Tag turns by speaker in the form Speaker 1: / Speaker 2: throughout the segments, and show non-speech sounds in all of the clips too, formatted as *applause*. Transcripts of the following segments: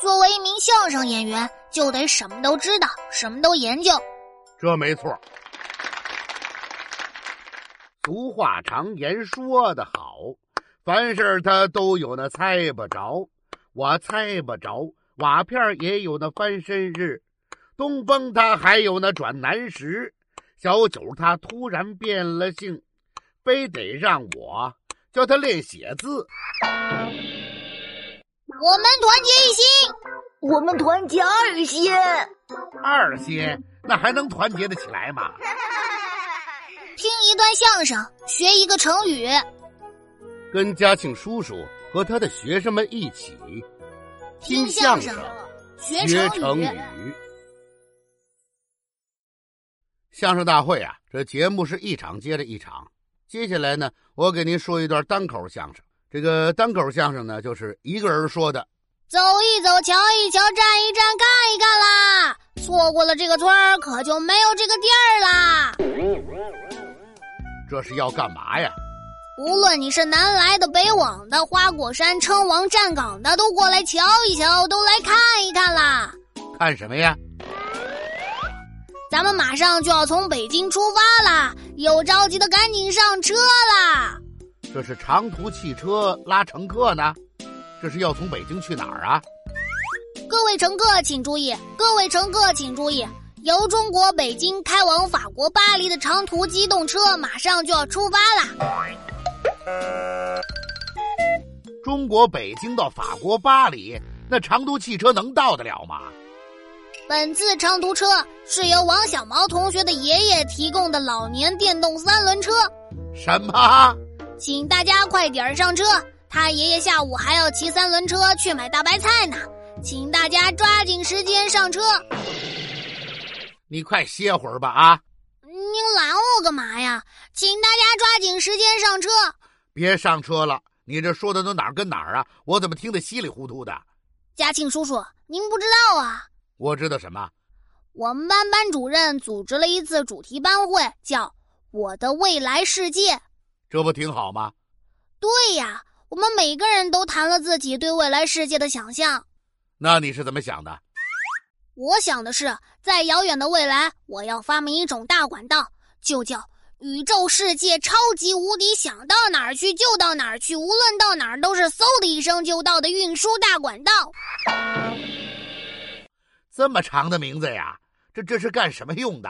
Speaker 1: 作为一名相声演员，就得什么都知道，什么都研究。
Speaker 2: 这没错。
Speaker 3: 俗话常言说得好，凡事他都有那猜不着。我猜不着，瓦片儿也有那翻身日，东风它还有那转南时。小九他突然变了性，非得让我教他练写字。
Speaker 1: 我们团结一心，
Speaker 4: 我们团结二心，
Speaker 3: 二些那还能团结得起来吗？
Speaker 1: 听一段相声，学一个成语。
Speaker 3: 跟嘉庆叔叔和他的学生们一起
Speaker 1: 听
Speaker 3: 相
Speaker 1: 相声，学
Speaker 3: 学
Speaker 1: 成
Speaker 3: 成
Speaker 1: 语。
Speaker 3: 语。相声大会啊，这节目是一场接着一场。接下来呢，我给您说一段单口相声。这个单口相声呢，就是一个人说的。
Speaker 1: 走一走，瞧一瞧，站一站，干一干啦！错过了这个村儿，可就没有这个地儿啦。
Speaker 3: 这是要干嘛呀？
Speaker 1: 无论你是南来的、北往的、花果山、称王、站岗的，都过来瞧一瞧，都来看一看啦！
Speaker 3: 看什么呀？
Speaker 1: 咱们马上就要从北京出发啦，有着急的赶紧上车啦！
Speaker 3: 这是长途汽车拉乘客呢？这是要从北京去哪儿啊？
Speaker 1: 各位乘客请注意，各位乘客请注意，由中国北京开往法国巴黎的长途机动车马上就要出发啦！
Speaker 3: 中国北京到法国巴黎，那长途汽车能到得了吗？
Speaker 1: 本次长途车是由王小毛同学的爷爷提供的老年电动三轮车。
Speaker 3: 什么？
Speaker 1: 请大家快点儿上车，他爷爷下午还要骑三轮车去买大白菜呢，请大家抓紧时间上车。
Speaker 3: 你快歇会儿吧啊！
Speaker 1: 您拦我干嘛呀？请大家抓紧时间上车。
Speaker 3: 别上车了，你这说的都哪儿跟哪儿啊？我怎么听得稀里糊涂的？
Speaker 1: 嘉庆叔叔，您不知道啊，
Speaker 3: 我知道什么？
Speaker 1: 我们班班主任组织了一次主题班会，叫“我的未来世界
Speaker 3: 这不挺好吗？”。
Speaker 1: 对呀，我们每个人都谈了自己对未来世界的想象。
Speaker 3: 那你是怎么想的？
Speaker 1: 我想的是，在遥远的未来，我要发明一种大管道，就叫宇宙世界超级无敌，想到哪儿去就到哪儿去，无论到哪儿都是嗖的一声就到的运输大管道。
Speaker 3: 这么长的名字呀，这这是干什么用的？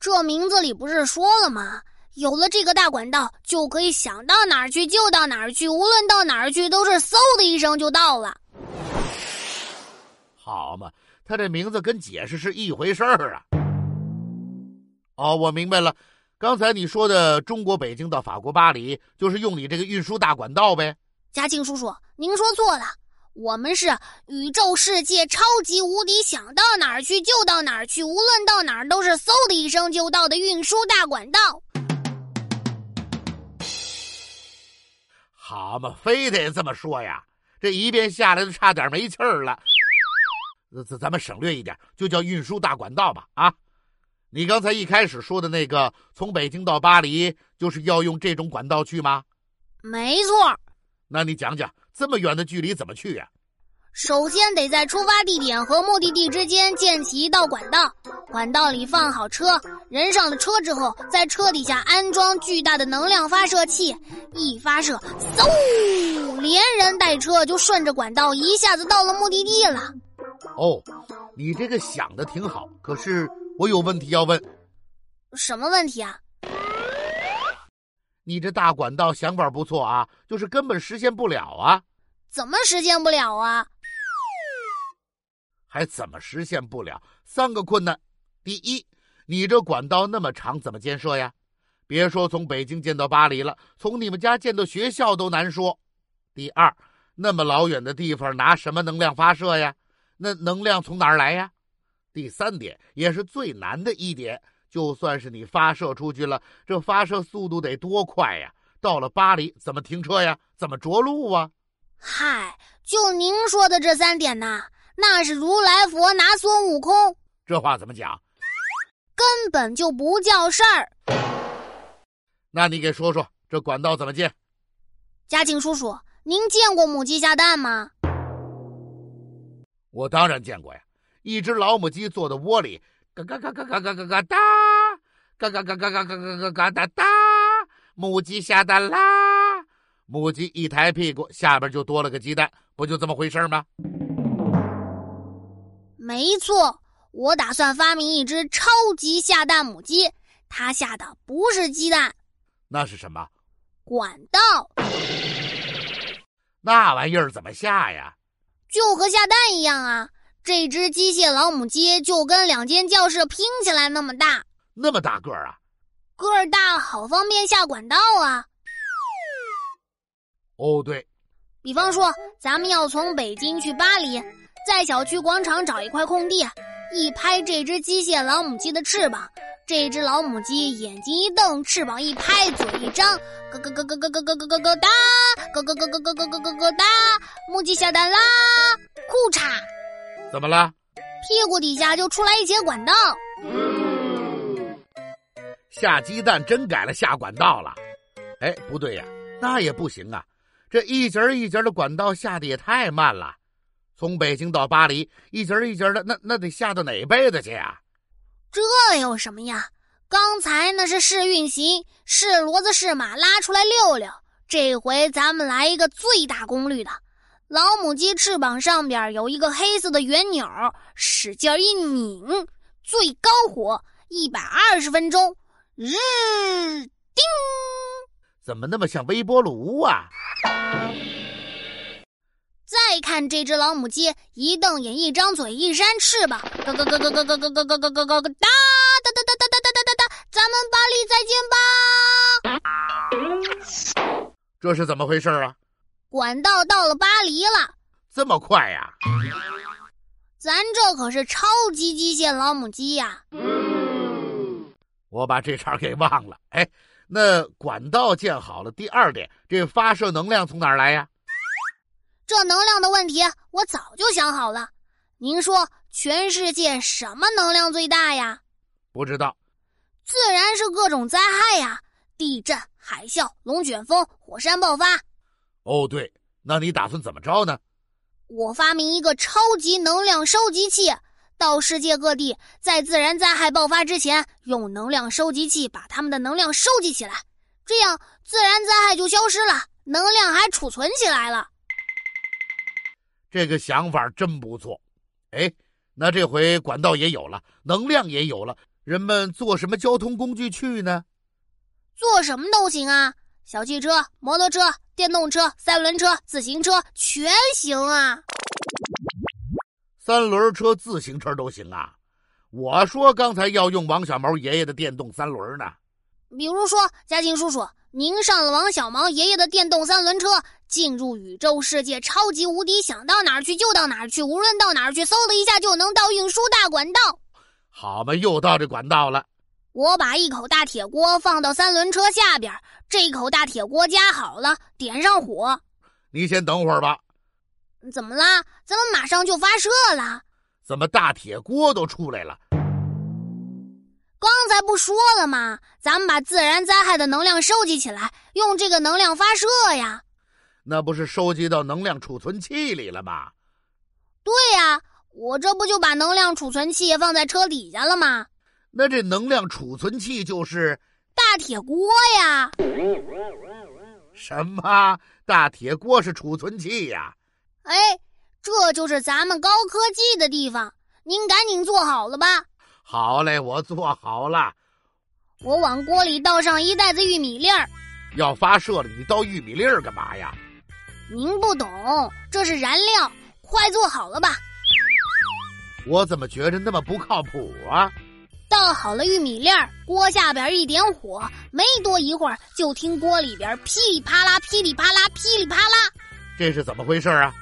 Speaker 1: 这名字里不是说了吗？有了这个大管道，就可以想到哪儿去就到哪儿去，无论到哪儿去都是嗖的一声就到了。
Speaker 3: 好嘛，他这名字跟解释是一回事儿啊。哦，我明白了，刚才你说的中国北京到法国巴黎，就是用你这个运输大管道呗。
Speaker 1: 嘉庆叔叔，您说错了，我们是宇宙世界超级无敌，想到哪儿去就到哪儿去，无论到哪儿都是嗖的一声就到的运输大管道。
Speaker 3: 好嘛，非得这么说呀？这一遍下来都差点没气儿了。呃咱咱们省略一点，就叫运输大管道吧。啊，你刚才一开始说的那个从北京到巴黎，就是要用这种管道去吗？
Speaker 1: 没错，
Speaker 3: 那你讲讲这么远的距离怎么去呀、
Speaker 1: 首先得在出发地点和目的地之间建起一道管道，管道里放好车，人上了车之后，在车底下安装巨大的能量发射器，一发射，嗖，连人带车就顺着管道一下子到了目的地了。
Speaker 3: 哦，你这个想的挺好，可是我有问题要问。
Speaker 1: 什么问题啊？
Speaker 3: 你这大管道想法不错啊，就是根本实现不了啊，
Speaker 1: 怎么实现不了啊？
Speaker 3: 还怎么实现不了？三个困难：第一，你这管道那么长，怎么建设呀？别说从北京建到巴黎了，从你们家建到学校都难说。第二，那么老远的地方拿什么能量发射呀？那能量从哪儿来呀？第三点，也是最难的一点，就算是你发射出去了，这发射速度得多快呀？到了巴黎怎么停车呀？怎么着陆啊？
Speaker 1: 嗨，就您说的这三点呐，那是如来佛拿孙悟空，
Speaker 3: 这话怎么讲？
Speaker 1: 根本就不叫事儿。
Speaker 3: 那你给说说这管道怎么建？
Speaker 1: 嘉庆叔叔，您见过母鸡下蛋吗？
Speaker 3: 我当然见过呀，一只老母鸡坐在窝里，嘎嘎嘎嘎嘎嘎嘎嘎哒，嘎嘎嘎嘎嘎嘎嘎嘎嘎哒哒，母鸡下蛋啦！母鸡一抬屁股，下边就多了个鸡蛋，不就这么回事吗？
Speaker 1: 没错，我打算发明一只超级下蛋母鸡，它下的不是鸡蛋，
Speaker 3: 那是什么？
Speaker 1: 管道
Speaker 3: 那玩意儿怎么下呀？
Speaker 1: 就和下蛋一样啊。这只机械老母鸡就跟两间教室拼起来那么大，
Speaker 3: 那么大个儿啊！
Speaker 1: 个儿大好方便下管道啊。
Speaker 3: 哦，对，
Speaker 1: 比方说，咱们要从北京去巴黎，在小区广场找一块空地，一拍这只机械老母鸡的翅膀，这只老母鸡眼睛一瞪，翅膀一拍，嘴一张，咯咯咯咯咯咯咯咯咯咯哒，咯咯咯咯咯咯咯咯咯哒，母鸡下蛋啦，裤衩
Speaker 3: 怎么了？
Speaker 1: 屁股底下就出来一节管道。
Speaker 3: 下鸡蛋真改了下管道了？哎，不对呀，那也不行啊！这一节儿一节儿的管道下的也太慢了，从北京到巴黎，一节儿一节儿的，那那得下到哪辈子去啊呀、
Speaker 1: 这有什么呀？刚才那是试运行，试骡子试马拉出来溜溜，这回咱们来一个最大功率的。老母鸡翅膀上边有一个黑色的圆钮，使劲一拧，最高火一百二十分钟。日叮！
Speaker 3: 怎么那么像微波炉啊？
Speaker 1: 再看这只老母鸡，一瞪眼，一张嘴，一扇翅膀，咯咯咯咯咯咯咯咯咯咯咯咯咯哒哒哒哒哒哒哒哒哒，咱们巴黎再见吧！
Speaker 3: 这是怎么回事啊？
Speaker 1: 管道到了巴黎了，
Speaker 3: 这么快呀、
Speaker 1: 咱这可是超级机械老母鸡呀、
Speaker 3: 我把这茬儿给忘了。哎，那管道建好了，第二点，这发射能量从哪儿来呀？
Speaker 1: 这能量的问题我早就想好了。您说，全世界什么能量最大呀？
Speaker 3: 不知道。
Speaker 1: 自然是各种灾害呀，地震、海啸、龙卷风、火山爆发。
Speaker 3: 哦，对，那你打算怎么着呢？
Speaker 1: 我发明一个超级能量收集器，到世界各地，在自然灾害爆发之前，用能量收集器把它们的能量收集起来，这样自然灾害就消失了，能量还储存起来了。
Speaker 3: 这个想法真不错。哎，那这回管道也有了，能量也有了，人们坐什么交通工具去呢？
Speaker 1: 做什么都行啊，小汽车、摩托车、电动车、三轮车、自行车全行啊。
Speaker 3: 三轮车、自行车都行啊。我说刚才要用王小毛爷爷的电动三轮呢。
Speaker 1: 比如说，嘉庆叔叔，您上了王小毛爷爷的电动三轮车，进入宇宙世界超级无敌，想到哪儿去就到哪儿去，无论到哪儿去，嗖的一下就能到运输大管道。
Speaker 3: 好嘛，又到这管道了。
Speaker 1: 我把一口大铁锅放到三轮车下边儿，这口大铁锅加好了，点上火，嗯
Speaker 3: 你先等会儿吧。
Speaker 1: 怎么啦？咱们马上就发射了。
Speaker 3: 怎么大铁锅都出来了？
Speaker 1: 刚才不说了吗？咱们把自然灾害的能量收集起来，用这个能量发射呀。
Speaker 3: 那不是收集到能量储存器里了吗？
Speaker 1: 对呀、我这不就把能量储存器放在车底下了吗？
Speaker 3: 那这能量储存器就是
Speaker 1: 大铁锅呀，
Speaker 3: 什么？大铁锅是储存器呀、
Speaker 1: 哎，这就是咱们高科技的地方。您赶紧做好了吧。
Speaker 3: 好嘞，我做好了。
Speaker 1: 我往锅里倒上一袋子玉米粒儿。
Speaker 3: 要发射了，你倒玉米粒儿干嘛呀？
Speaker 1: 您不懂，这是燃料，快做好了吧。
Speaker 3: 我怎么觉着那么不靠谱啊？
Speaker 1: 倒好了玉米粒儿，锅下边一点火，没多一会儿，就听锅里边噼里啪啦、噼里啪啦、噼里啪啦。
Speaker 3: 这是怎么回事啊？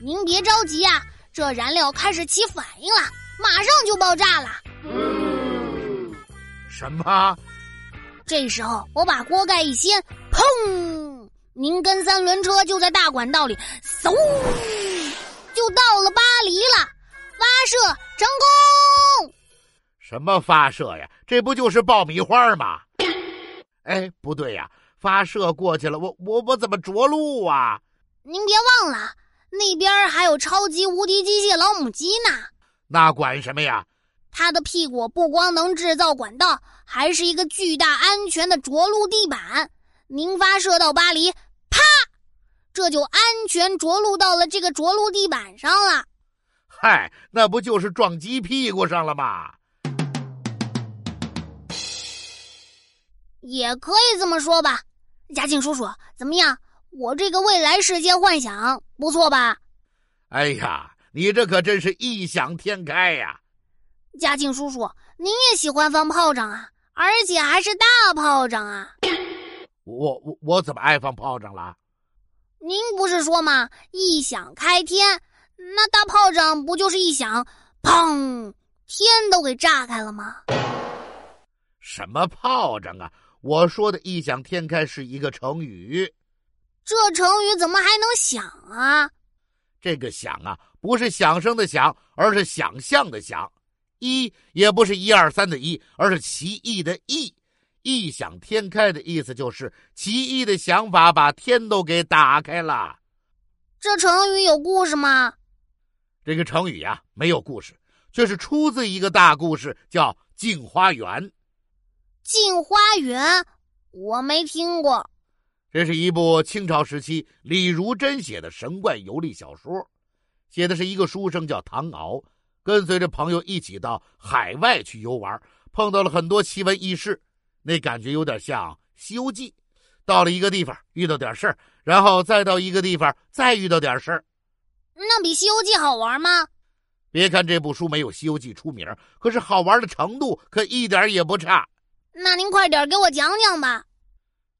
Speaker 1: 您别着急啊，这燃料开始起反应了，马上就爆炸了。
Speaker 3: 什么？
Speaker 1: 这时候我把锅盖一掀，砰！您跟三轮车就在大管道里，嗖，就到了巴黎了，发射成功！
Speaker 3: 什么发射呀？这不就是爆米花吗？哎，不对呀，发射过去了，我我我怎么着陆啊？
Speaker 1: 您别忘了，那边还有超级无敌机械老母鸡呢。
Speaker 3: 那管什么呀？
Speaker 1: 它的屁股不光能制造管道，还是一个巨大安全的着陆地板。您发射到巴黎，啪，这就安全着陆到了这个着陆地板上了。
Speaker 3: 嗨，那不就是撞鸡屁股上了吗？
Speaker 1: 也可以这么说吧。嘉庆叔叔，怎么样？我这个未来世界幻想不错吧？
Speaker 3: 哎呀，你这可真是异想天开呀、
Speaker 1: 嘉庆叔叔，您也喜欢放炮仗啊，而且还是大炮仗啊！
Speaker 3: 我我我怎么爱放炮仗了？
Speaker 1: 您不是说嘛，异想开天，那大炮仗不就是一响，砰，天都给炸开了吗？
Speaker 3: 什么炮仗啊？我说的异想天开是一个成语，
Speaker 1: 这成语怎么还能响啊？
Speaker 3: 这个响啊，不是响声的响，而是想象的想。一也不是一二三的一，而是奇异的异。异想天开的意思就是奇异的想法把天都给打开了。
Speaker 1: 这成语有故事吗？
Speaker 3: 这个成语呀、啊没有故事，却是出自一个大故事，叫《镜花缘》。
Speaker 1: 镜花缘，我没听过。
Speaker 3: 这是一部清朝时期李如珍写的神怪游历小说，写的是一个书生叫唐敖，跟随着朋友一起到海外去游玩，碰到了很多奇闻异事，那感觉有点像《西游记》。到了一个地方遇到点事儿，然后再到一个地方再遇到点事儿。
Speaker 1: 那比《西游记》好玩吗？
Speaker 3: 别看这部书没有《西游记》出名，可是好玩的程度可一点儿也不差。
Speaker 1: 那您快点给我讲讲吧。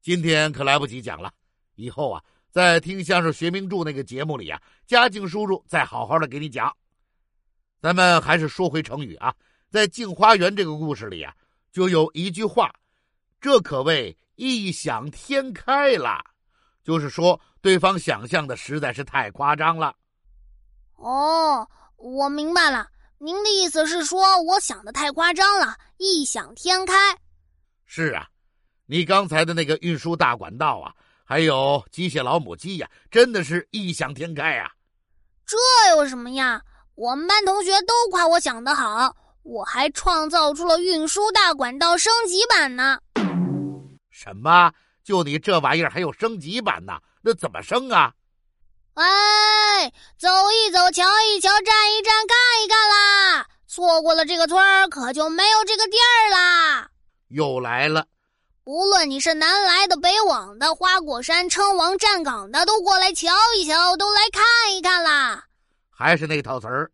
Speaker 3: 今天可来不及讲了，以后啊，在听相声学名著那个节目里啊，嘉靖叔叔再好好的给你讲。咱们还是说回成语啊，在《镜花缘》这个故事里啊，就有一句话，这可谓异想天开啦，就是说对方想象的实在是太夸张了。
Speaker 1: 哦，我明白了，您的意思是说我想的太夸张了，异想天开。
Speaker 3: 是啊，你刚才的那个运输大管道啊，还有机械老母鸡呀、真的是异想天开啊呀、
Speaker 1: 这有什么呀？我们班同学都夸我想得好，我还创造出了运输大管道升级版呢。
Speaker 3: 什么？就你这玩意儿还有升级版呢？那怎么升啊？
Speaker 1: 哎，走一走，瞧一瞧，站一站，看一看啦！错过了这个村儿，可就没有这个地儿啦。
Speaker 3: 又来了，
Speaker 1: 无论你是南来的、北往的、花果山、称王、站岗的，都过来瞧一瞧，都来看一看啦！
Speaker 3: 还是那套词儿。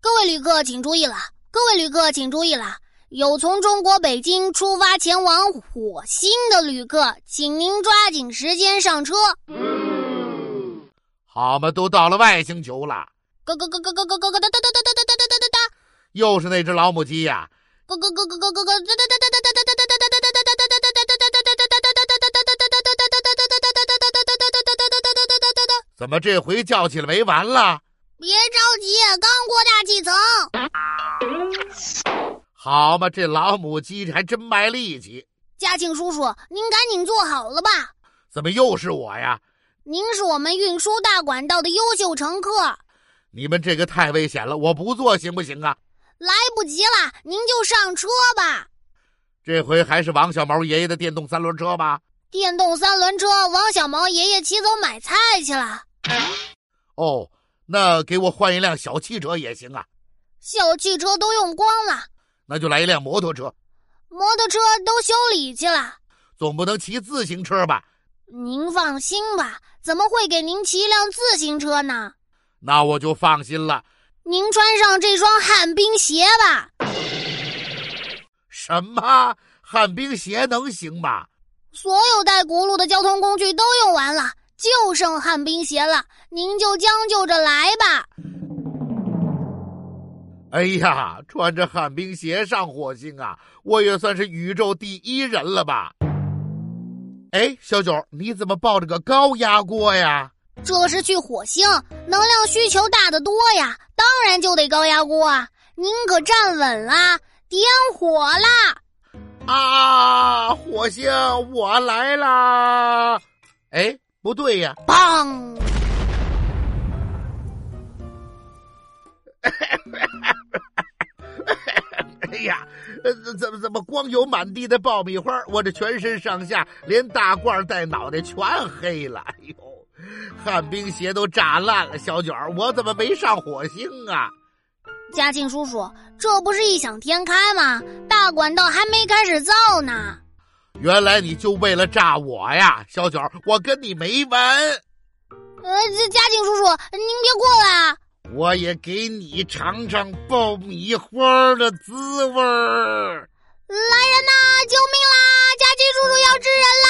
Speaker 1: 各位旅客请注意了，各位旅客请注意了，有从中国北京出发前往火星的旅客，请您抓紧时间上车。
Speaker 3: 好嘛，都到了外星球了，
Speaker 1: 咯咯咯咯咯咯咯咯哒哒哒哒哒哒哒哒哒，
Speaker 3: 又是那只老母鸡呀、
Speaker 1: 咯咯咯咯咯咯咯哒哒哒哒哒哒哒哒哒哒哒哒哒哒哒哒哒哒哒哒哒哒哒哒哒哒哒哒哒哒哒哒哒哒哒哒哒哒。
Speaker 3: 怎么这回叫起来没完了？
Speaker 1: 别着急，刚过大气层。
Speaker 3: 好嘛，这老母鸡还真卖力气。
Speaker 1: 嘉庆叔叔，您赶紧坐好了吧。
Speaker 3: 怎么又是我呀？
Speaker 1: 您是我们运输大管道的优秀乘客，
Speaker 3: 你们这个太危险了，我不做行不行啊？
Speaker 1: 来不及了，您就上车吧。
Speaker 3: 这回还是王小毛爷爷的电动三轮车吧？
Speaker 1: 电动三轮车，王小毛爷爷骑走买菜去了。
Speaker 3: 哦，那给我换一辆小汽车也行啊，
Speaker 1: 小汽车都用光了，
Speaker 3: 那就来一辆摩托车，
Speaker 1: 摩托车都修理去了。
Speaker 3: 总不能骑自行车吧？
Speaker 1: 您放心吧，怎么会给您骑一辆自行车呢？
Speaker 3: 那我就放心了。
Speaker 1: 您穿上这双旱冰鞋吧。
Speaker 3: 什么旱冰鞋能行吗？
Speaker 1: 所有带轱辘的交通工具都用完了，就剩旱冰鞋了。您就将就着来吧。
Speaker 3: 哎呀，穿着旱冰鞋上火星啊，我也算是宇宙第一人了吧？哎，小九，你怎么抱着个高压锅呀？
Speaker 1: 这是去火星，能量需求大得多呀，当然就得高压锅啊。您可站稳啦，点火啦！
Speaker 3: 啊，火星，我来啦！哎，不对呀，
Speaker 1: 砰！
Speaker 3: *laughs* 呀，呃，怎么怎么光有满地的爆米花，我这全身上下连大褂带脑袋全黑了。哎呦，旱冰鞋都炸烂了。小九儿，我怎么没上火星啊？
Speaker 1: 嘉庆叔叔，这不是异想天开吗？大管道还没开始造呢。
Speaker 3: 原来你就为了炸我呀，小九儿，我跟你没完。
Speaker 1: 呃，这嘉庆叔叔，您别过来啊！
Speaker 3: 我也给你尝尝爆米花的滋味儿。
Speaker 1: 来人呐！救命啦！嘉庆叔叔要吃人啦！